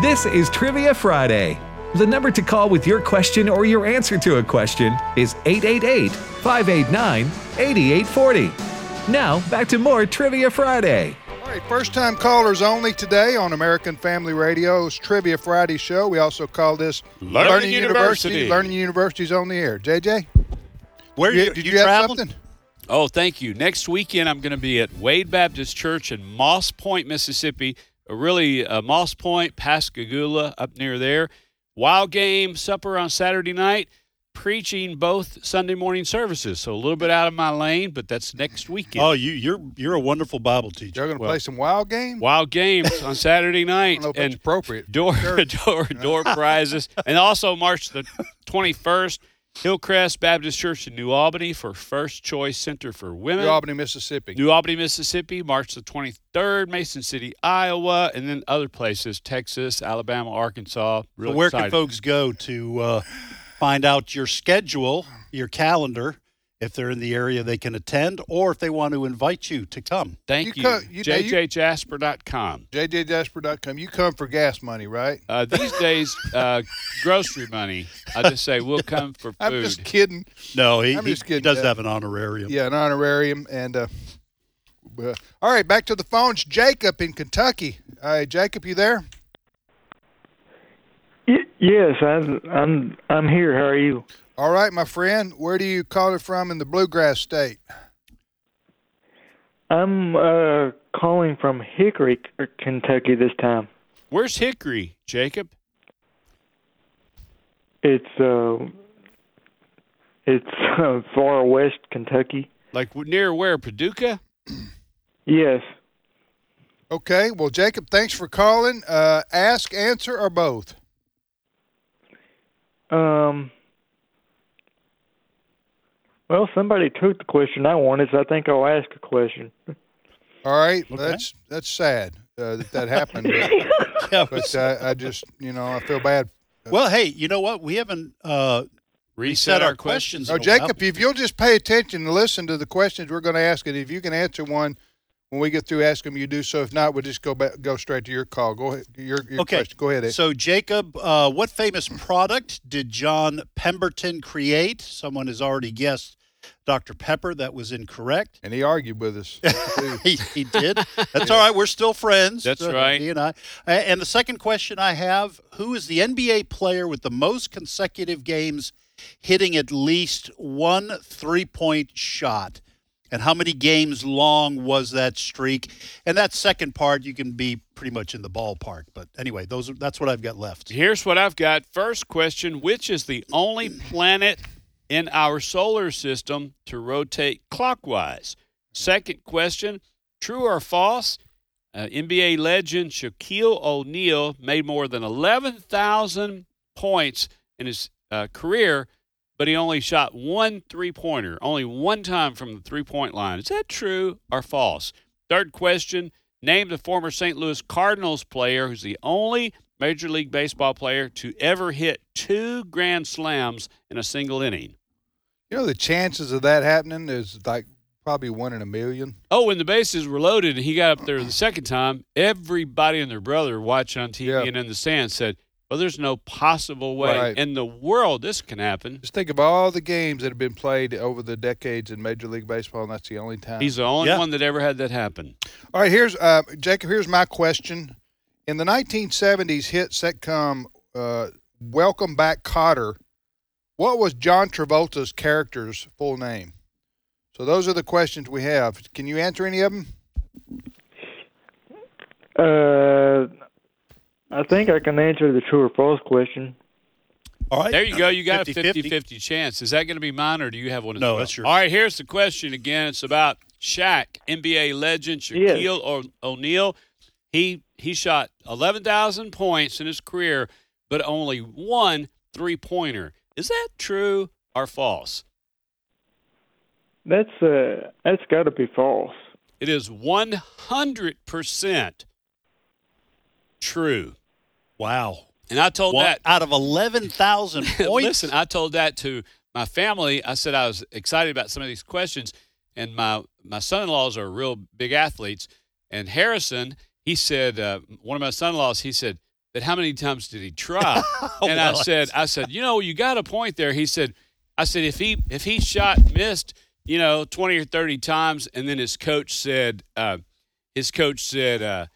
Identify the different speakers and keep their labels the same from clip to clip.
Speaker 1: This is Trivia Friday. The number to call with your question or your answer to a question is 888 589 8840. Now, back to more Trivia Friday.
Speaker 2: All right, first time callers only today on American Family Radio's Trivia Friday show. We also call this
Speaker 3: Learning University.
Speaker 2: Learning University's on the air. JJ,
Speaker 3: Where
Speaker 2: you-
Speaker 3: you,
Speaker 2: did
Speaker 3: you,
Speaker 2: you, have
Speaker 3: traveling?
Speaker 2: something?
Speaker 4: Oh, thank you. Next weekend, I'm going to be at Wade Baptist Church in Moss Point, Mississippi. Really, uh, Moss Point, Pascagoula, up near there. Wild game supper on Saturday night. Preaching both Sunday morning services, so a little bit out of my lane, but that's next weekend.
Speaker 3: Oh, you you're you're a wonderful Bible teacher.
Speaker 2: You're going to
Speaker 4: Well-
Speaker 2: play some wild game?
Speaker 4: Wild games on Saturday
Speaker 2: I
Speaker 4: night,
Speaker 2: don't know if it's
Speaker 4: and
Speaker 2: appropriate.
Speaker 4: door
Speaker 2: Sure.
Speaker 4: door door prizes, and also March the twenty first, Hillcrest Baptist Church in New Albany for First Choice Center for Women.
Speaker 2: New Albany, Mississippi.
Speaker 4: New Albany, Mississippi, March the 23rd, Mason City, Iowa, and then other places, Texas, Alabama, Arkansas. Really
Speaker 3: So where
Speaker 4: excited.
Speaker 3: can folks go to uh, find out your schedule, your calendar, if they're in the area they can attend, or if they want to invite you to come?
Speaker 4: Thank
Speaker 2: you
Speaker 4: you.
Speaker 2: co- you- now you-
Speaker 4: JJJasper.com.
Speaker 2: JJDasper.com. You come for gas money, right?
Speaker 4: Uh, these days, uh, grocery money, I just say we'll come for
Speaker 2: I'm
Speaker 4: food.
Speaker 2: just kidding.
Speaker 3: No, he,
Speaker 2: I'm
Speaker 3: he,
Speaker 2: just kidding,
Speaker 3: does
Speaker 2: Dad.
Speaker 3: have an honorarium.
Speaker 2: Yeah, an honorarium. And uh, uh, all right, back to the phones. Jacob in Kentucky. All right, Jacob, you there?
Speaker 5: Y- yes, I'm I'm I'm here. How are you?
Speaker 2: All right, my friend. Where do you call it from in the bluegrass state?
Speaker 5: I'm uh calling from Hickory, K- Kentucky this time.
Speaker 4: Where's Hickory, Jacob?
Speaker 5: It's uh it's uh, far west Kentucky.
Speaker 4: Like w- near where? Paducah?
Speaker 5: Yes.
Speaker 2: Okay. Well, Jacob, thanks for calling. Uh, ask, answer, or both.
Speaker 5: Um Well, somebody took the question I wanted, so I think I'll ask a question.
Speaker 2: All right.
Speaker 3: Okay.
Speaker 2: That's that's sad uh, that that happened.
Speaker 3: Yeah,
Speaker 2: but uh, I just, you know, I feel bad.
Speaker 3: Well, hey, you know what? We haven't uh, reset our questions.
Speaker 2: Oh,
Speaker 3: in a while.
Speaker 2: Jacob, if you'll just pay attention and listen to the questions we're going to ask, and if you can answer one when we get through, ask them. You do so. If not, we'll just go back, go straight to your call. Go ahead. Your, your
Speaker 3: Okay.
Speaker 2: question. Go ahead. Ed.
Speaker 3: So, Jacob, uh, what famous product did John Pemberton create? Someone has already guessed Dr. Pepper. That was incorrect.
Speaker 2: and he argued with us. too.
Speaker 3: He, he did. That's all right. We're still friends.
Speaker 4: That's
Speaker 3: Uh,
Speaker 4: right.
Speaker 3: He and I. A- And the second question I have Who is the NBA player with the most consecutive games hitting at least one three point shot? And how many games long was that streak? And that second part, you can be pretty much in the ballpark. But anyway, those are, that's what I've got left.
Speaker 4: Here's what I've got. First question Which is the only planet in our solar system to rotate clockwise? Second question True or false? Uh, NBA legend Shaquille O'Neal made more than 11,000 points in his uh, career, but he only shot one three pointer, only one time from the three point line. Is that true or false? Third question Name the former St. Louis Cardinals player who's the only Major League Baseball player to ever hit two grand slams in a single inning.
Speaker 2: you know, the chances of that happening is like probably one in a million.
Speaker 4: Oh, when the bases were loaded and he got up there the second time, everybody and their brother watching on TV
Speaker 2: Yeah.
Speaker 4: and in the stands said, Well, there's no possible way
Speaker 2: Right.
Speaker 4: in the world this can happen.
Speaker 2: Just think of all the games that have been played over the decades in Major League Baseball, and that's the only time.
Speaker 4: He's the only
Speaker 3: Yeah.
Speaker 4: one that ever had that happen.
Speaker 2: All right, here's uh, Jacob. Here's my question. In the 1970s hit sitcom uh, "Welcome Back, Cotter," what was John Travolta's character's full name? So those are the questions we have. Can you answer any of them?
Speaker 5: Uh I think I can answer the true or false question.
Speaker 3: All right.
Speaker 4: There you go. You got
Speaker 3: 50-50.
Speaker 4: a 50 50 chance. Is that going to be mine or do you have one as
Speaker 3: No,
Speaker 4: well?
Speaker 3: that's yours.
Speaker 4: All right, here's the question again. It's about Shaq, NBA legend
Speaker 5: Yes.
Speaker 4: Shaquille o- O'Neal. He he shot 11,000 points in his career, but only one three pointer. Is that true or false?
Speaker 5: That's uh that's got to be false.
Speaker 4: It is 100% true.
Speaker 3: Wow.
Speaker 4: And I told
Speaker 3: One-
Speaker 4: that
Speaker 3: out of 11,000 points.
Speaker 4: Listen, I told that to my family. I said I was excited about some of these questions, and my my son-in-laws are real big athletes. And Harrison, he said, uh, one of my son-in-laws, he said, "They- that how many times did he try? and I
Speaker 3: Well,
Speaker 4: said, I said, you know, you got a point there. He said, I said, if he if he shot missed, you know, twenty or thirty times, and then his coach said, uh, his coach said, uh,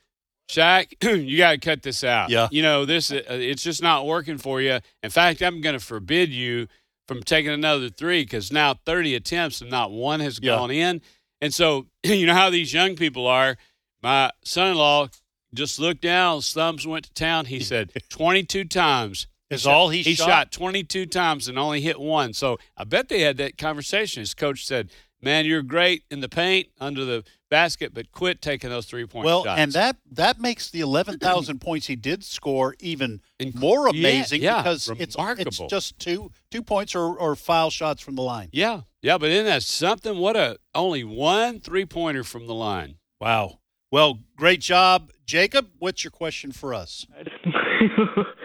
Speaker 4: Shaq, you got to cut this out.
Speaker 3: Yeah.
Speaker 4: you know, this uh, it's just not working for you. In fact, I'm going to forbid you from taking another three because now thirty attempts and not one has
Speaker 3: Yeah.
Speaker 4: gone in. And so you know how these young people are. My son-in-law just looked down. His thumbs went to town. He said twenty-two times
Speaker 3: Is all he,
Speaker 4: he shot? 22 times and only hit one. So I bet they had that conversation. His coach said, "Man, you're great in the paint under the basket, but quit taking those three-point
Speaker 3: Well,
Speaker 4: shots."
Speaker 3: and that that makes the eleven thousand points he did score even more
Speaker 4: yeah,
Speaker 3: amazing
Speaker 4: yeah,
Speaker 3: because it's it's
Speaker 4: remarkable.
Speaker 3: just two two points or, or foul shots from the line.
Speaker 4: yeah, yeah, but isn't that something? What a only one three-pointer from the line.
Speaker 3: Wow. Well, great job, Jacob. What's your question for us?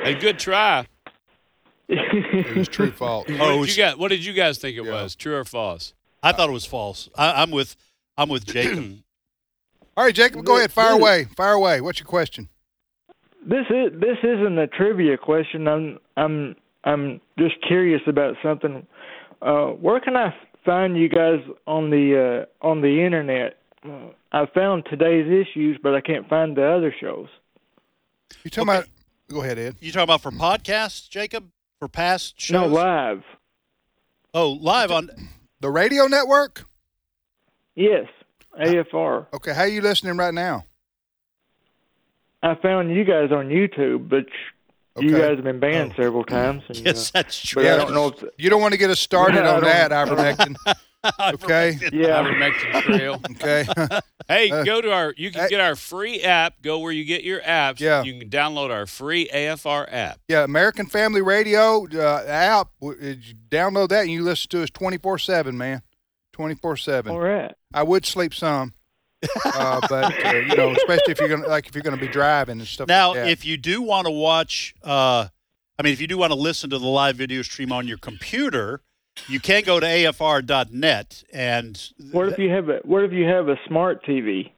Speaker 4: A good try.
Speaker 2: It was true fault.
Speaker 4: What,
Speaker 3: Oh,
Speaker 4: did you guys, what did you guys think it
Speaker 2: Yeah.
Speaker 4: was? True or false?
Speaker 3: I thought it was false. I, I'm with I'm with Jacob.
Speaker 2: All right, Jacob, go ahead. Fire away. Fire away. What's your question?
Speaker 5: This is this isn't a trivia question. I'm I'm I'm just curious about something. Uh, where can I find you guys on the uh, on the internet? Uh, I found today's issues, but I can't find the other shows.
Speaker 2: You talking about? Go ahead, Ed.
Speaker 3: you talking about for podcasts, Jacob? For past shows?
Speaker 5: No live.
Speaker 3: Oh, live on
Speaker 2: The radio network.
Speaker 5: Yes, AFR.
Speaker 2: Okay, how you listening right now?
Speaker 5: I found you guys on YouTube, but you
Speaker 2: Okay.
Speaker 5: guys have been banned several times. And,
Speaker 3: Yes,
Speaker 5: uh,
Speaker 3: that's
Speaker 5: but
Speaker 3: true.
Speaker 5: I don't know. If,
Speaker 2: You don't want to get us started
Speaker 5: Yeah, I
Speaker 2: on that, ivermectin. Okay,
Speaker 5: yeah,
Speaker 4: Ivermectin trail.
Speaker 2: okay.
Speaker 4: Hey,
Speaker 2: Uh,
Speaker 4: go to our. You can
Speaker 2: uh,
Speaker 4: get our free app. Go where you get your apps.
Speaker 2: Yeah.
Speaker 4: You can download our free AFR app.
Speaker 2: yeah, American Family Radio uh, app. w- uh, you Download that and you listen to us twenty four seven, man. Twenty four
Speaker 5: all
Speaker 2: seven.
Speaker 5: right.
Speaker 2: I would sleep some, uh, but uh, you know, especially if you're gonna like if you're gonna be driving and stuff.
Speaker 3: Now,
Speaker 2: like that.
Speaker 3: if you do want to watch, uh, I mean, if you do want to listen to the live video stream on your computer, you can go to afr.net and
Speaker 5: What if you have a What if you have a smart TV?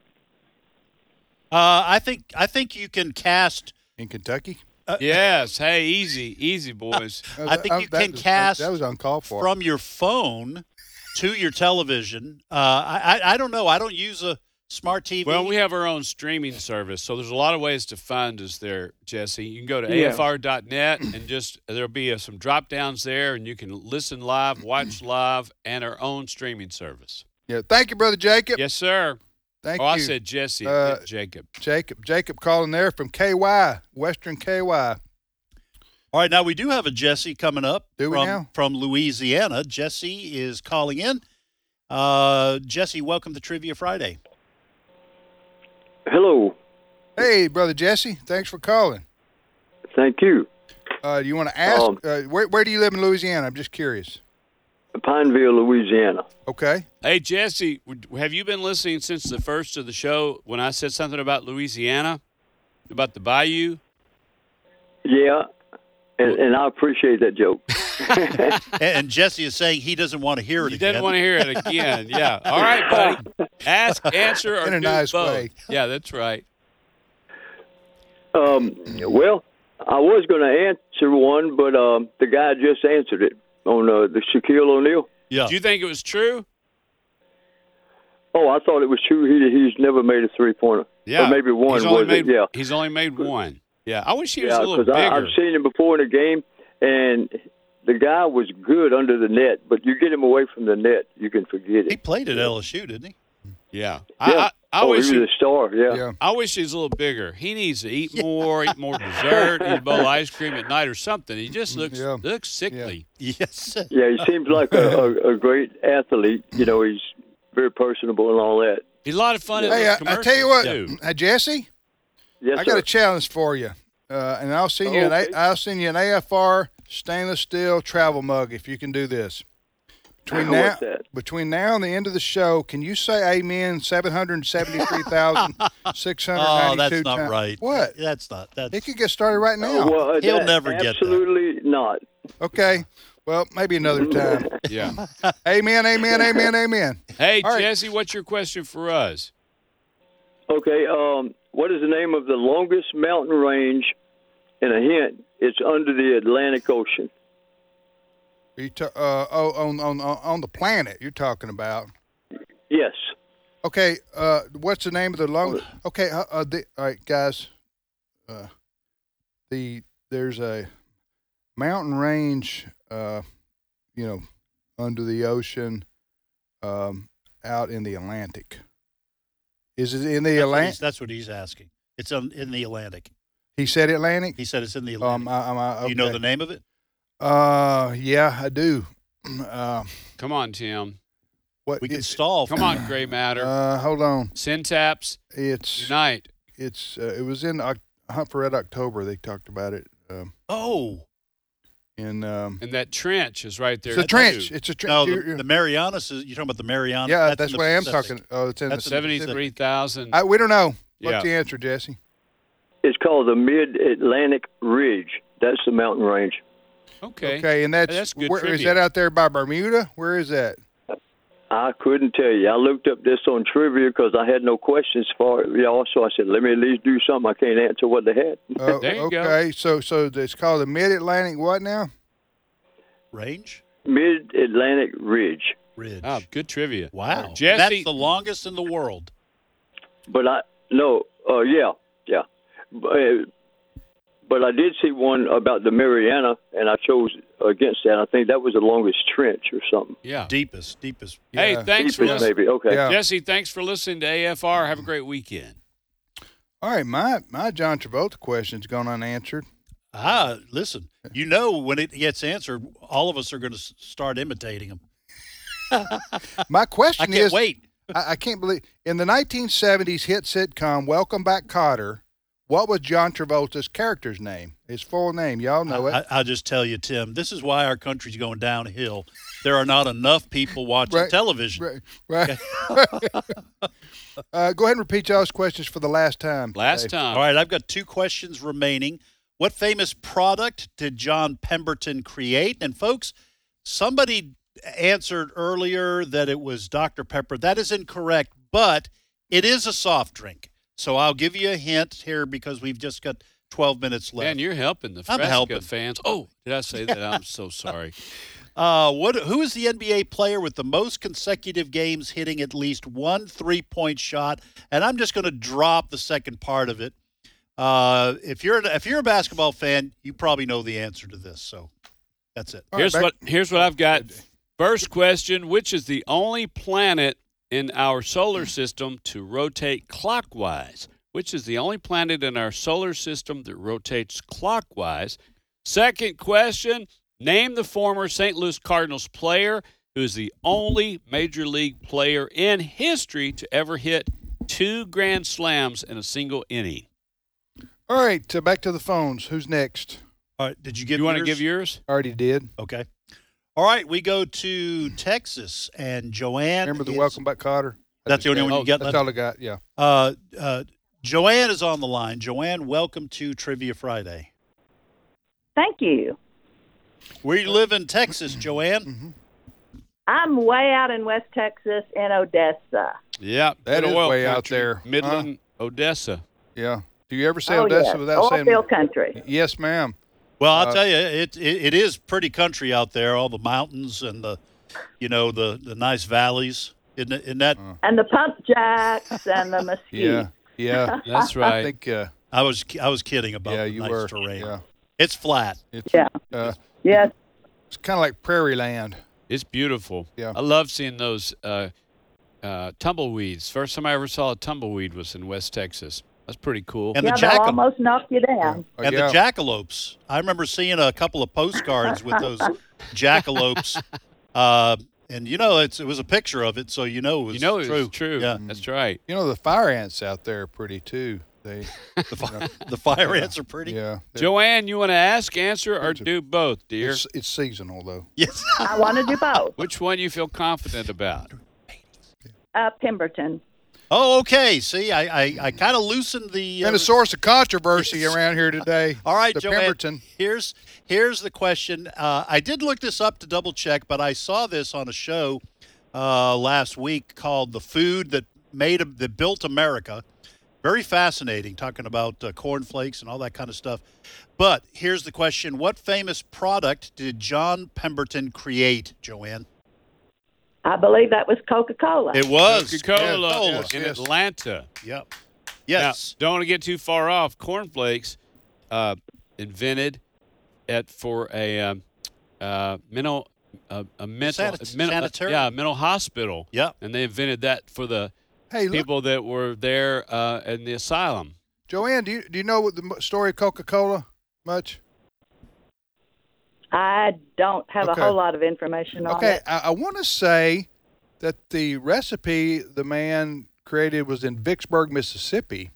Speaker 3: uh, I think I think you can cast.
Speaker 2: in Kentucky,
Speaker 4: Yes. Hey, easy, easy, boys.
Speaker 2: Uh,
Speaker 3: I think
Speaker 2: uh,
Speaker 3: you
Speaker 2: that
Speaker 3: can
Speaker 2: was-
Speaker 3: cast
Speaker 2: That was uncalled for.
Speaker 3: from your phone to your television. Uh, I, I I don't know. I don't use a smart TV.
Speaker 4: Well, we have our own streaming service, so there's a lot of ways to find us there, Jesse. You can go to
Speaker 5: Yeah.
Speaker 4: afr.net and just there'll be uh, some drop downs there, and you can listen live, watch live, and our own streaming service.
Speaker 2: yeah, thank you, brother Jacob.
Speaker 4: Yes, sir.
Speaker 2: Thank
Speaker 4: oh,
Speaker 2: you,
Speaker 4: I said Jesse, I
Speaker 2: Uh,
Speaker 4: meant Jacob.
Speaker 2: Jacob. Jacob calling there from KY Western KY.
Speaker 3: All right, now we do have a Jesse coming up
Speaker 2: Do we
Speaker 3: from
Speaker 2: now?
Speaker 3: from Louisiana. Jesse is calling in. Uh, Jesse, welcome to Trivia Friday.
Speaker 6: Hello.
Speaker 2: Hey, brother Jesse, thanks for calling.
Speaker 6: Thank you.
Speaker 2: Uh, do you want to ask
Speaker 6: Um,
Speaker 2: uh, where, where do you live in Louisiana? I'm just curious.
Speaker 6: Pineville, Louisiana.
Speaker 2: Okay.
Speaker 4: Hey, Jesse, w- have you been listening since the first of the show when I said something about Louisiana, about the bayou?
Speaker 6: Yeah. And, and I appreciate that joke.
Speaker 3: And- And Jesse is saying he doesn't want to hear it
Speaker 4: You
Speaker 3: again.
Speaker 4: didn't want to hear it again. Yeah. All right, buddy. Ask, answer, or
Speaker 2: In a
Speaker 4: do
Speaker 2: nice
Speaker 4: both.
Speaker 2: way.
Speaker 4: Yeah, that's right.
Speaker 6: Um, well, I was going to answer one, but um, the guy just answered it on uh, the Shaquille O'Neal.
Speaker 3: yeah.
Speaker 4: Do you think it was true?
Speaker 6: Oh, I thought it was true. He, he's never made a three pointer. Or maybe one,
Speaker 4: He's only
Speaker 6: was
Speaker 4: made,
Speaker 6: it? Yeah.
Speaker 4: He's only made one. Yeah. I wish he was
Speaker 6: Yeah,
Speaker 4: a little
Speaker 6: because
Speaker 4: bigger.
Speaker 6: I've seen him before in a game, and the guy was good under the net, but you get him away from the net, you can forget
Speaker 3: He
Speaker 6: it.
Speaker 3: played at LSU, didn't he?
Speaker 4: yeah.
Speaker 6: Yeah.
Speaker 4: I, I, I
Speaker 6: oh,
Speaker 4: wish
Speaker 6: he
Speaker 4: he,
Speaker 6: was a star. Yeah.
Speaker 2: Yeah.
Speaker 4: I wish he was a little bigger. He needs to eat more, eat more dessert, eat a bowl of ice cream at night or something. He just looks
Speaker 2: Mm, Yeah.
Speaker 4: looks sickly.
Speaker 3: Yes.
Speaker 6: Yeah, he seems like a, a, a great athlete. You know, he's very personable and all that.
Speaker 4: He's a lot of fun. in
Speaker 2: Hey,
Speaker 4: those
Speaker 2: I, I tell you what,
Speaker 4: commercials, too.
Speaker 2: uh, Jesse, I
Speaker 6: Yes,
Speaker 2: got
Speaker 6: sir. Oh,
Speaker 2: a challenge for you, uh, and I'll send you
Speaker 6: Okay.
Speaker 2: an a- I'll send you an AFR stainless steel travel mug if you can do this. Between now,
Speaker 6: What's that?
Speaker 2: between now and the end of the show, can you say Amen seven hundred seventy three thousand six hundred
Speaker 3: Oh,
Speaker 2: ninety two
Speaker 3: that's not right.
Speaker 2: What?
Speaker 3: That's not. That's
Speaker 2: It could get started right now.
Speaker 6: Well, uh,
Speaker 3: He'll
Speaker 6: that-
Speaker 3: never get that.
Speaker 6: absolutely not.
Speaker 2: Okay. Well, maybe another time.
Speaker 4: Yeah.
Speaker 2: amen, amen, amen, amen.
Speaker 4: Hey,
Speaker 2: All right.
Speaker 4: Jesse, what's your question for us?
Speaker 6: Okay. Um, what is the name of the longest mountain range And a hint: it's under the Atlantic Ocean.
Speaker 2: Are you ta- uh, oh, on on on the planet you're talking about?
Speaker 6: Yes.
Speaker 2: Okay, uh, what's the name of the long? Okay, uh, uh, the, all right, guys. Uh, the there's a mountain range, uh, you know, under the ocean, um, out in the Atlantic. Is it in the
Speaker 3: That's what he's-
Speaker 2: Atlantic?
Speaker 3: That's what he's asking. It's on, in the Atlantic.
Speaker 2: He said Atlantic.
Speaker 3: He said it's in the
Speaker 2: Um,
Speaker 3: Atlantic.
Speaker 2: I, I'm, I,
Speaker 3: Do you know
Speaker 2: okay.
Speaker 3: the name of it?
Speaker 2: Uh, yeah, I do. Uh,
Speaker 4: Come on, Tim.
Speaker 2: what?
Speaker 3: We can
Speaker 2: it-
Speaker 3: stall.
Speaker 4: Come on, Gray Matter.
Speaker 2: Uh, hold on.
Speaker 4: Syntaps,
Speaker 2: It's
Speaker 4: unite.
Speaker 2: it's uh, it was in Oc- Hunt for Red October. They talked about it. Um,
Speaker 3: Oh
Speaker 2: in um,
Speaker 4: And that trench is right there.
Speaker 2: it's a
Speaker 4: too.
Speaker 2: trench. It's a trench.
Speaker 3: no,
Speaker 2: You're-
Speaker 3: the,
Speaker 2: you're-
Speaker 3: the Marianas is. You're talking about the Marianas.
Speaker 2: yeah, that's,
Speaker 3: in the
Speaker 2: what I am
Speaker 3: Pacific.
Speaker 2: talking. Oh, it's in
Speaker 3: That's
Speaker 2: the
Speaker 3: in the
Speaker 4: 73,000.
Speaker 2: I, we don't know. What's
Speaker 4: Yeah.
Speaker 2: the answer, Jesse?
Speaker 6: It's called the Mid-Atlantic Ridge. That's the mountain range.
Speaker 4: Okay.
Speaker 2: and that's,
Speaker 4: That's good
Speaker 2: where, is
Speaker 4: trivia.
Speaker 2: that out there by Bermuda? Where is that?
Speaker 6: I couldn't tell you. I looked up this on trivia because I had no questions for it, y'all. So I said, let me at least do something. I can't answer what they had.
Speaker 2: Uh,
Speaker 4: There you go.
Speaker 2: okay, so so it's called the Mid Atlantic. What now?
Speaker 3: Range
Speaker 6: Mid Atlantic Ridge.
Speaker 3: Ridge.
Speaker 4: Ah, good trivia.
Speaker 3: wow,
Speaker 4: Jesse-
Speaker 3: that's the longest in the world.
Speaker 6: But I, no, uh, yeah, yeah. But, uh, but I did see one about the Mariana, and I chose against that. I think that was the longest trench or something.
Speaker 4: Yeah.
Speaker 3: Deepest, deepest.
Speaker 4: Hey,
Speaker 2: Yeah.
Speaker 4: thanks for
Speaker 6: Deepest,
Speaker 4: listening.
Speaker 6: maybe. Okay.
Speaker 2: Yeah.
Speaker 4: Jesse, thanks for listening to AFR. Have a great weekend.
Speaker 2: All right, my my John Travolta question's gone unanswered.
Speaker 3: Ah, listen. You know when it gets answered, all of us are going to start imitating him.
Speaker 2: My
Speaker 3: I
Speaker 2: question
Speaker 3: can't
Speaker 2: is,
Speaker 3: wait.
Speaker 2: I, I can't believe in the 1970s hit sitcom Welcome Back, Cotter. What was John Travolta's character's name? His full name, y'all know it.
Speaker 3: I, I'll just tell you, Tim. This is why our country's going downhill. There are not enough people watching
Speaker 2: Right,
Speaker 3: television.
Speaker 2: right, right. uh, go ahead and repeat y'all's questions for the last time.
Speaker 4: Last
Speaker 2: Dave.
Speaker 4: time.
Speaker 3: All right, I've got two questions remaining. What famous product did John Pemberton create? And folks, somebody answered earlier that it was Dr. Pepper. That is incorrect, but it is a soft drink. So I'll give you a hint here because we've just got 12 minutes left.
Speaker 4: Man, you're helping the
Speaker 3: I'm
Speaker 4: Fresca
Speaker 3: helping.
Speaker 4: fans. Oh, did I say that? I'm so sorry.
Speaker 3: Uh, what? Who is the NBA player with the most consecutive games hitting at least one three-point shot? And I'm just going to drop the second part of it. Uh, if you're if you're a basketball fan, you probably know the answer to this. So that's it.
Speaker 2: All right,
Speaker 4: Here's
Speaker 2: back-
Speaker 4: what here's what I've got. First question, which is the only planet in our solar system to rotate clockwise? Which is the only planet in our solar system that rotates clockwise? Second question, name the former St. Louis Cardinals player who is the only major league player in history to ever hit two grand slams in a single inning.
Speaker 2: All right, uh, back to the phones. Who's next?
Speaker 3: All right. Did you give?
Speaker 4: You want to
Speaker 3: yours?
Speaker 4: give yours?
Speaker 2: Already did.
Speaker 3: Okay. All right. We go to Texas and Joanne.
Speaker 2: Remember the
Speaker 3: is-
Speaker 2: Welcome Back, Cotter? Oh,
Speaker 3: That's the only one you got.
Speaker 2: That's all I got. Yeah.
Speaker 3: Uh, uh, Joanne is on the line. Joanne, welcome to Trivia Friday.
Speaker 7: Thank you.
Speaker 3: Where you live in Texas, Joanne?
Speaker 7: I'm way out in West Texas in Odessa.
Speaker 4: Yeah,
Speaker 2: That is way out there.
Speaker 4: Midland, Odessa.
Speaker 2: Yeah. Do you ever say
Speaker 7: oh,
Speaker 2: Odessa
Speaker 7: yes.
Speaker 2: without saying?
Speaker 7: Oilfield country.
Speaker 2: Yes, ma'am.
Speaker 3: Well, I'll
Speaker 2: Uh,
Speaker 3: tell you, it, it it is pretty country out there. All the mountains and the, you know, the the nice valleys. Isn't, it, isn't that?
Speaker 2: Uh.
Speaker 7: And the pump jacks and the
Speaker 2: Yeah.
Speaker 7: mesquite.
Speaker 2: Yeah.
Speaker 4: That's
Speaker 2: I
Speaker 4: right.
Speaker 2: think. Uh,
Speaker 3: I was I was kidding about
Speaker 2: yeah,
Speaker 3: the
Speaker 2: you
Speaker 3: nice
Speaker 2: were.
Speaker 3: terrain.
Speaker 2: Yeah.
Speaker 3: It's flat.
Speaker 2: It's,
Speaker 7: Yeah.
Speaker 2: Uh,
Speaker 7: Yes.
Speaker 2: it's kind of like prairie land.
Speaker 4: It's beautiful.
Speaker 2: Yeah.
Speaker 4: I love seeing those uh, uh, tumbleweeds. First time I ever saw a tumbleweed was in West Texas. That's pretty cool.
Speaker 3: And
Speaker 7: yeah,
Speaker 3: the
Speaker 7: they'll
Speaker 3: jackal
Speaker 7: almost knock you down.
Speaker 2: Oh,
Speaker 3: and
Speaker 2: yeah.
Speaker 3: the jackalopes. I remember seeing a couple of postcards with those jackalopes. Uh, and you know, it's it was a picture of it, so you know it was
Speaker 4: you know,
Speaker 3: true.
Speaker 4: it's true.
Speaker 3: Yeah,
Speaker 4: That's right.
Speaker 2: you know the fire ants out there are pretty too. They.
Speaker 3: the, fi- the fire ants are pretty.
Speaker 2: Yeah. they're-
Speaker 4: Joanne, you want to ask, answer, or do both, dear?
Speaker 2: It's, it's seasonal though.
Speaker 3: Yes.
Speaker 7: I want to do both.
Speaker 4: Which one you feel confident about?
Speaker 7: Uh, Pemberton.
Speaker 3: Oh, okay. See, I I, I kind of loosened the. uh,
Speaker 2: Been a source of controversy around here today.
Speaker 3: All right,
Speaker 2: the
Speaker 3: Joanne.
Speaker 2: Pemberton.
Speaker 3: Here's here's the question. Uh, I did look this up to double check, but I saw this on a show uh, last week called "The Food That Made That Built America," Very fascinating talking about uh, cornflakes and all that kind of stuff. But here's the question What famous product did John Pemberton create, Joanne?
Speaker 7: I believe that was Coca Cola.
Speaker 3: It was
Speaker 4: Coca-Cola
Speaker 3: Cola.
Speaker 2: yes,
Speaker 4: in
Speaker 2: yes.
Speaker 4: Atlanta.
Speaker 3: Yep.
Speaker 4: Now,
Speaker 3: Yes.
Speaker 4: don't want to get too far off. Cornflakes uh, invented at for a um, uh, mental uh, a mental,
Speaker 3: Sanit-
Speaker 4: mental- uh,
Speaker 3: sanitarium.
Speaker 4: yeah, a mental hospital.
Speaker 3: Yep.
Speaker 4: And they invented that for the
Speaker 2: Hey, look,
Speaker 4: people that were there uh, in the asylum.
Speaker 2: Joanne, do you, do you know what the m- story of Coca Cola much?
Speaker 7: I don't have
Speaker 2: Okay.
Speaker 7: a whole lot of information on
Speaker 2: Okay,
Speaker 7: it.
Speaker 2: I, I want to say that the recipe the man created was in Vicksburg, Mississippi,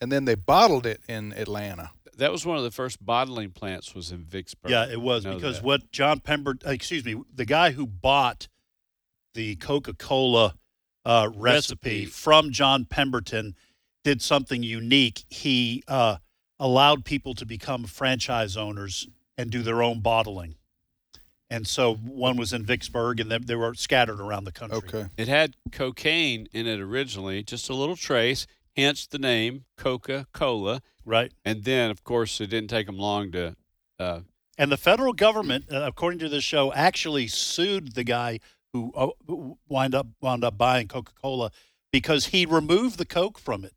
Speaker 2: and then they bottled it in Atlanta.
Speaker 4: That was one of the first bottling plants was in Vicksburg.
Speaker 3: Yeah, it was
Speaker 4: Know
Speaker 3: because
Speaker 4: that.
Speaker 3: what John Pemberton, excuse me, the guy who bought the Coca Cola uh, recipe,
Speaker 4: Recipe.
Speaker 3: from John Pemberton did something unique. He uh, allowed people to become franchise owners and do their own bottling. And so one was in Vicksburg and then they were scattered around the country.
Speaker 2: Okay.
Speaker 4: It had cocaine in it originally, just a little trace, hence the name Coca-Cola.
Speaker 3: Right.
Speaker 4: And then, of course, it didn't take them long to uh,
Speaker 3: And the federal government, uh, according to this show, actually sued the guy who uh, who wind up wound up buying Coca Cola because he removed the coke from it,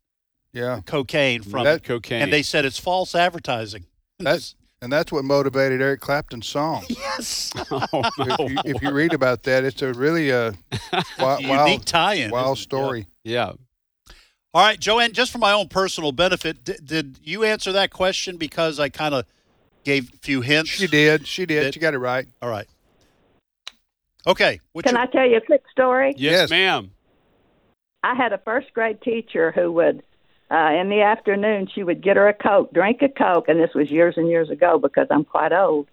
Speaker 2: Yeah,
Speaker 3: cocaine from
Speaker 2: That-
Speaker 3: it,
Speaker 4: cocaine.
Speaker 3: and they said it's false advertising.
Speaker 2: that's and that's what motivated Eric Clapton's song.
Speaker 3: yes,
Speaker 2: uh,
Speaker 4: oh,
Speaker 2: if,
Speaker 4: no.
Speaker 2: you, if you read about that, it's a really a wild,
Speaker 3: unique
Speaker 2: wild,
Speaker 3: tie-in.
Speaker 2: wild
Speaker 3: isn't it? Yeah.
Speaker 2: story.
Speaker 4: yeah.
Speaker 3: All right, Joanne. Just for my own personal benefit, did, did you answer that question? Because I kind of gave a few hints.
Speaker 2: She did. She did.
Speaker 3: That-
Speaker 2: she got it right.
Speaker 3: All right. Okay. What's
Speaker 7: Can
Speaker 3: your-
Speaker 7: I tell you a quick story?
Speaker 4: Yes,
Speaker 2: Yes.
Speaker 4: ma'am.
Speaker 7: I had a first grade teacher who would, uh, in the afternoon, she would get her a Coke, drink a Coke, and this was years and years ago because I'm quite old.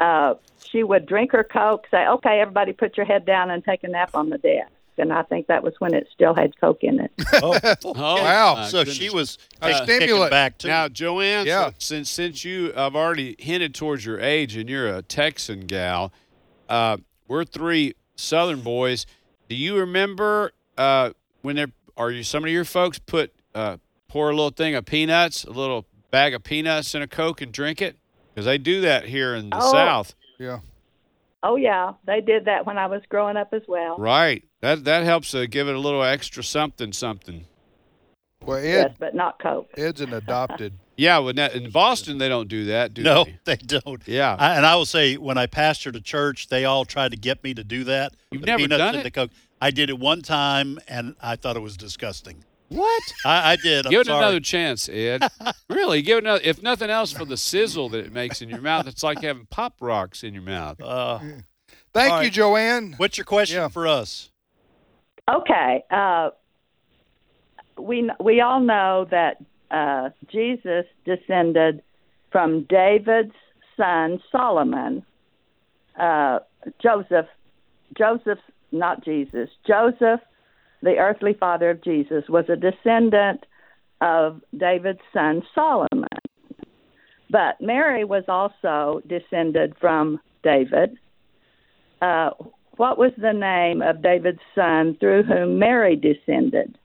Speaker 7: Uh, she would drink her Coke, say, okay, everybody put your head down and take a nap on the desk. And I think that was when it still had Coke in it.
Speaker 3: oh,
Speaker 4: Oh,
Speaker 2: Wow.
Speaker 4: my
Speaker 3: so she
Speaker 4: goodness.
Speaker 3: was
Speaker 2: A
Speaker 3: uh, kicking
Speaker 2: stimulant.
Speaker 3: back too.
Speaker 4: Now, Joanne,
Speaker 2: Yeah.
Speaker 4: since since you I've already hinted towards your age and you're a Texan gal, uh, we're three Southern boys. Do you remember uh, when there are you some of your folks put uh, pour a little thing of peanuts, a little bag of peanuts in a Coke and drink it? Because they do that here in the
Speaker 7: Oh.
Speaker 4: South,
Speaker 2: Yeah.
Speaker 7: Oh, yeah, they did that when I was growing up as well.
Speaker 4: right? That that helps uh, give it a little extra something, something.
Speaker 2: Well,
Speaker 7: Yes,
Speaker 2: Ed,
Speaker 7: but not Coke.
Speaker 2: Ed's an adopted.
Speaker 4: Yeah, when that, in Boston they don't do that, do
Speaker 3: no,
Speaker 4: they?
Speaker 3: they don't.
Speaker 4: Yeah.
Speaker 3: I, and I will say, when I pastored a church, they all tried to get me to do that.
Speaker 4: You've
Speaker 3: The
Speaker 4: never
Speaker 3: peanuts
Speaker 4: done
Speaker 3: and
Speaker 4: it?
Speaker 3: The Coke. I did it one time, and I thought it was disgusting.
Speaker 4: What?
Speaker 3: I, I did. I'm
Speaker 4: give it
Speaker 3: sorry.
Speaker 4: another chance, Ed. really, give it another. If nothing else, for the sizzle that it makes in your mouth, it's like having pop rocks in your mouth.
Speaker 3: Uh,
Speaker 2: Thank
Speaker 3: All
Speaker 2: you,
Speaker 3: right.
Speaker 2: Joanne.
Speaker 3: what's your question
Speaker 2: Yeah.
Speaker 3: for us?
Speaker 7: Okay. Uh, we we all know that uh, Jesus descended from David's son Solomon, uh, Joseph, Joseph, not Jesus. Joseph, the earthly father of Jesus, was a descendant of David's son Solomon. But Mary was also descended from David. Uh, what was the name of David's son through whom Mary descended?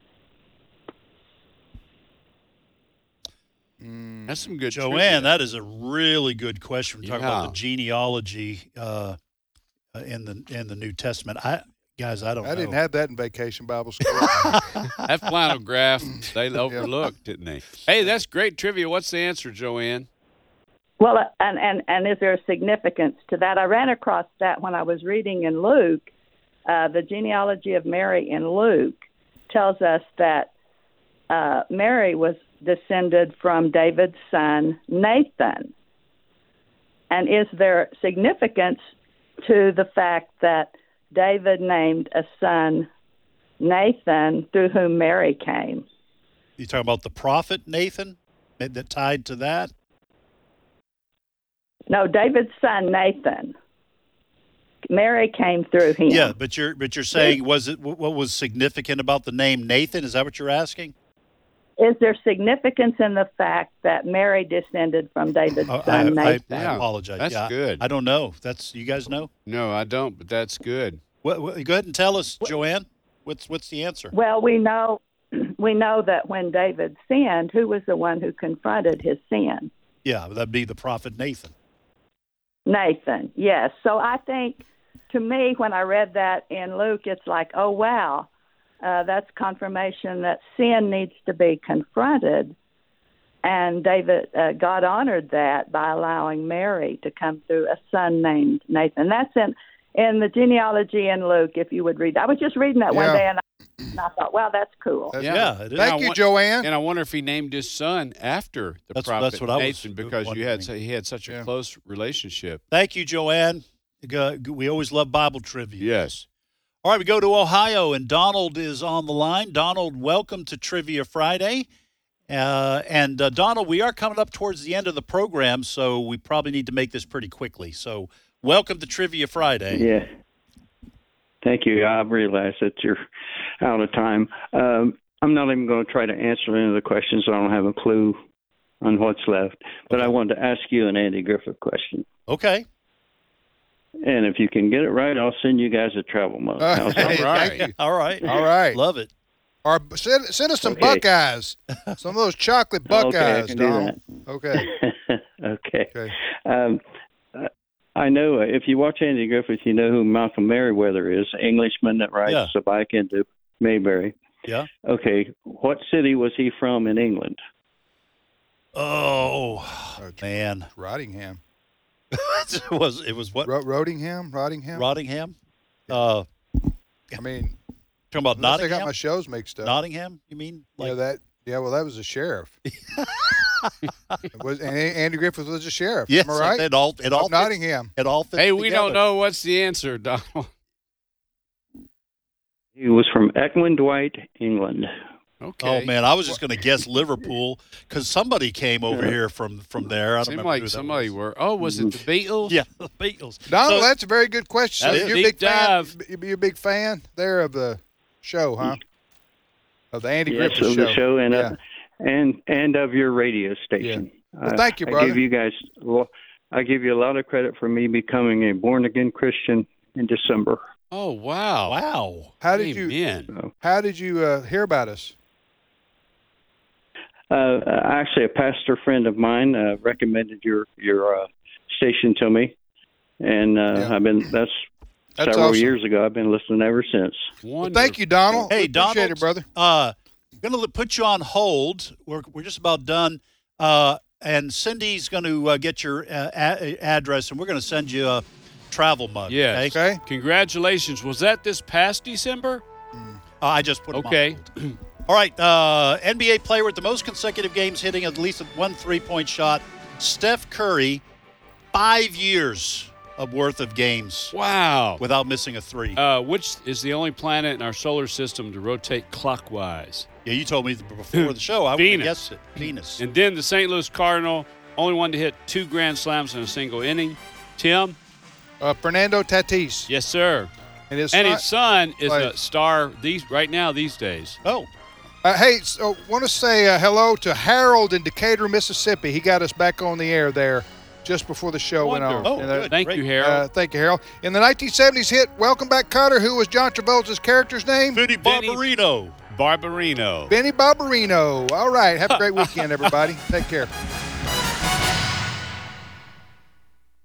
Speaker 4: That's some good.
Speaker 3: Joanne, that is a really good question. We're talking about
Speaker 4: Yeah.
Speaker 3: the genealogy uh, uh, in the in the New Testament. I guys, I don't.
Speaker 2: I didn't
Speaker 3: know.
Speaker 2: have that in vacation Bible school.
Speaker 4: trivia. that flannel graph they overlooked, didn't they? Hey, that's great trivia. What's the answer, Joanne?
Speaker 7: Well, uh, and, and, and is there a significance to that? I ran across that when I was reading in Luke. Uh, the genealogy of Mary in Luke tells us that uh, Mary was descended from David's son Nathan. And is there significance to the fact that David named a son Nathan through whom Mary came?
Speaker 3: You talking about the prophet Nathan that, that tied to that?
Speaker 7: No, David's son Nathan. Mary came through him.
Speaker 3: Yeah, but you're but you're saying was it what was significant about the name Nathan? Is that what you're asking?
Speaker 7: Is there significance in the fact that Mary descended from David's
Speaker 3: Oh, I,
Speaker 7: son
Speaker 3: I-
Speaker 7: Nathan?
Speaker 3: I
Speaker 4: Yeah,
Speaker 3: apologize.
Speaker 4: that's
Speaker 3: Yeah,
Speaker 4: good.
Speaker 3: I don't know. That's you guys know.
Speaker 4: No, I don't, but that's good.
Speaker 3: What, what, go ahead and tell us, Joanne. What's what's the answer?
Speaker 7: well, we know we know that when David sinned, who was the one who confronted his sin?
Speaker 3: Yeah, that'd be the prophet Nathan.
Speaker 7: Nathan. Yes. So I think to me, when I read that in Luke, it's like, oh, wow, uh, that's confirmation that sin needs to be confronted. And David, uh, God honored that by allowing Mary to come through a son named Nathan. That's in in the genealogy in Luke. If you would read, I was just reading that one
Speaker 2: Yeah.
Speaker 7: day, and I, and I thought, wow, that's cool.
Speaker 2: That's
Speaker 3: Yeah, it is.
Speaker 4: I
Speaker 2: Thank you,
Speaker 4: want-
Speaker 2: Joanne.
Speaker 4: And I wonder if he named his son after the
Speaker 3: That's-
Speaker 4: prophet
Speaker 3: that's what I was
Speaker 4: Nathan because you had
Speaker 3: wondering.
Speaker 4: he had such a
Speaker 2: Yeah.
Speaker 4: close relationship.
Speaker 3: Thank you, Joanne. G- g- We always love Bible trivia.
Speaker 4: Yes.
Speaker 3: All right, we go to Ohio, and Donald is on the line. Donald, welcome to Trivia Friday. Uh, and uh, Donald, we are coming up towards the end of the program, so we probably need to make this pretty quickly. So, welcome to Trivia Friday.
Speaker 8: Yeah. Thank you. I realize that you're out of time. Um, I'm not even going to try to answer any of the questions. I don't have a clue on what's left. But I wanted to ask you an Andy Griffith question.
Speaker 3: Okay.
Speaker 8: And if you can get it right, I'll send you guys a travel mug.
Speaker 2: Uh,
Speaker 8: How's
Speaker 2: hey,
Speaker 8: that?
Speaker 2: thank
Speaker 4: right.
Speaker 2: you.
Speaker 3: All right.
Speaker 2: All right.
Speaker 3: Love it.
Speaker 2: Or send, send us some
Speaker 8: Okay.
Speaker 2: Buckeyes, some of those chocolate
Speaker 8: Okay, I
Speaker 2: Buckeyes,
Speaker 8: can do
Speaker 2: Donald. Okay.
Speaker 8: okay.
Speaker 2: Okay.
Speaker 8: Um, uh, I know uh, if you watch Andy Griffith, you know who Malcolm Merriweather is, Englishman that rides
Speaker 3: Yeah.
Speaker 8: a bike into Mayberry.
Speaker 3: Yeah.
Speaker 8: Okay. What city was he from in England?
Speaker 3: Oh,
Speaker 2: Uh, J-
Speaker 3: man.
Speaker 2: Rottingham.
Speaker 3: it was it was what?
Speaker 2: Ro- Rottingham? Rottingham?
Speaker 3: Rottingham? Uh,
Speaker 2: I mean,
Speaker 3: talking about
Speaker 2: unless I got
Speaker 3: Nottingham?
Speaker 2: my shows mixed up.
Speaker 3: Nottingham, you mean?
Speaker 2: yeah, that. Yeah, well, that was a sheriff. It was and A- Andy Griffith was a sheriff?
Speaker 3: yes,
Speaker 2: am I right?
Speaker 3: it all, it all,
Speaker 2: Of
Speaker 3: fits,
Speaker 2: Nottingham.
Speaker 3: it all fits
Speaker 4: Hey, we
Speaker 3: together.
Speaker 4: don't know what's the answer, Donald.
Speaker 8: He was from Eckman Dwight, England.
Speaker 4: Okay.
Speaker 3: Oh man, I was just going to guess Liverpool because somebody came over here from from there. I don't
Speaker 4: Seemed
Speaker 3: remember who
Speaker 4: like
Speaker 3: that
Speaker 4: somebody
Speaker 3: was.
Speaker 4: were. Oh, was it the Beatles?
Speaker 3: Yeah, the Beatles.
Speaker 2: Donald,
Speaker 3: So-
Speaker 2: that's a very good question.
Speaker 4: That
Speaker 2: So
Speaker 4: is
Speaker 2: you're a
Speaker 4: deep
Speaker 2: big
Speaker 4: dive.
Speaker 2: fan. You're a big fan there of the show, huh? Of the Andy
Speaker 8: Mm. Yes,
Speaker 2: Griffith
Speaker 8: of
Speaker 2: show.
Speaker 8: the show and
Speaker 2: yeah.
Speaker 8: of, and and of your radio station. Uh,
Speaker 2: Well, thank you,
Speaker 8: I, I
Speaker 2: brother.
Speaker 8: give you guys. lo- I give you a lot of credit for me becoming a born again Christian in December.
Speaker 4: Oh wow.
Speaker 3: Wow.
Speaker 2: How did you?
Speaker 4: Amen.
Speaker 2: How did you uh, hear about us?
Speaker 8: Uh, actually, a pastor friend of mine uh, recommended your your uh, station to me, and uh,
Speaker 2: Yeah.
Speaker 8: I've been that's,
Speaker 2: That's
Speaker 8: several
Speaker 2: awesome.
Speaker 8: years ago. I've been listening ever since.
Speaker 2: Well,
Speaker 4: Wonderful.
Speaker 2: thank you, Donald.
Speaker 3: Hey,
Speaker 2: We appreciate
Speaker 3: Donald,
Speaker 2: it, brother.
Speaker 3: Uh, going to put you on hold. We're we're just about done. Uh, and Cindy's going to uh, get your uh, a- address, and we're going to send you a travel mug.
Speaker 4: Yes.
Speaker 3: okay?
Speaker 2: Okay.
Speaker 4: Congratulations. Was that this past December?
Speaker 3: Uh, I just put 'em on
Speaker 4: Okay.
Speaker 3: All right, uh, NBA player with the most consecutive games hitting at least one three point shot, Steph Curry, five years of worth of games
Speaker 4: Wow.
Speaker 3: without missing a three.
Speaker 4: Uh, which is the only planet in our solar system to rotate clockwise?
Speaker 3: yeah, you told me th- before the show. I would
Speaker 4: Venus.
Speaker 3: guessed it. Venus.
Speaker 4: And then the St. Louis Cardinal, only one to hit two grand slams in a single inning. Tim,
Speaker 2: Uh, Fernando Tatis.
Speaker 4: yes, sir.
Speaker 2: And it's
Speaker 4: and
Speaker 2: not-
Speaker 4: his son is
Speaker 2: like-
Speaker 4: a star these right now these days.
Speaker 3: oh,
Speaker 2: Uh, hey, so want to say uh, hello to Harold in Decatur, Mississippi. He got us back on the air there just before the show went
Speaker 4: Wonderful.
Speaker 2: on. And, uh,
Speaker 3: good.
Speaker 4: Thank
Speaker 3: Great.
Speaker 4: you,
Speaker 2: uh,
Speaker 4: Harold.
Speaker 2: thank you, Harold. In the 1970s hit "Welcome Back, Cutter," who was John Travolta's character's name?
Speaker 3: Vinny
Speaker 4: Vinny-
Speaker 3: Barbarino.
Speaker 4: Barbarino.
Speaker 2: Benny Barbarino. All right. Have a great weekend, everybody. Take care.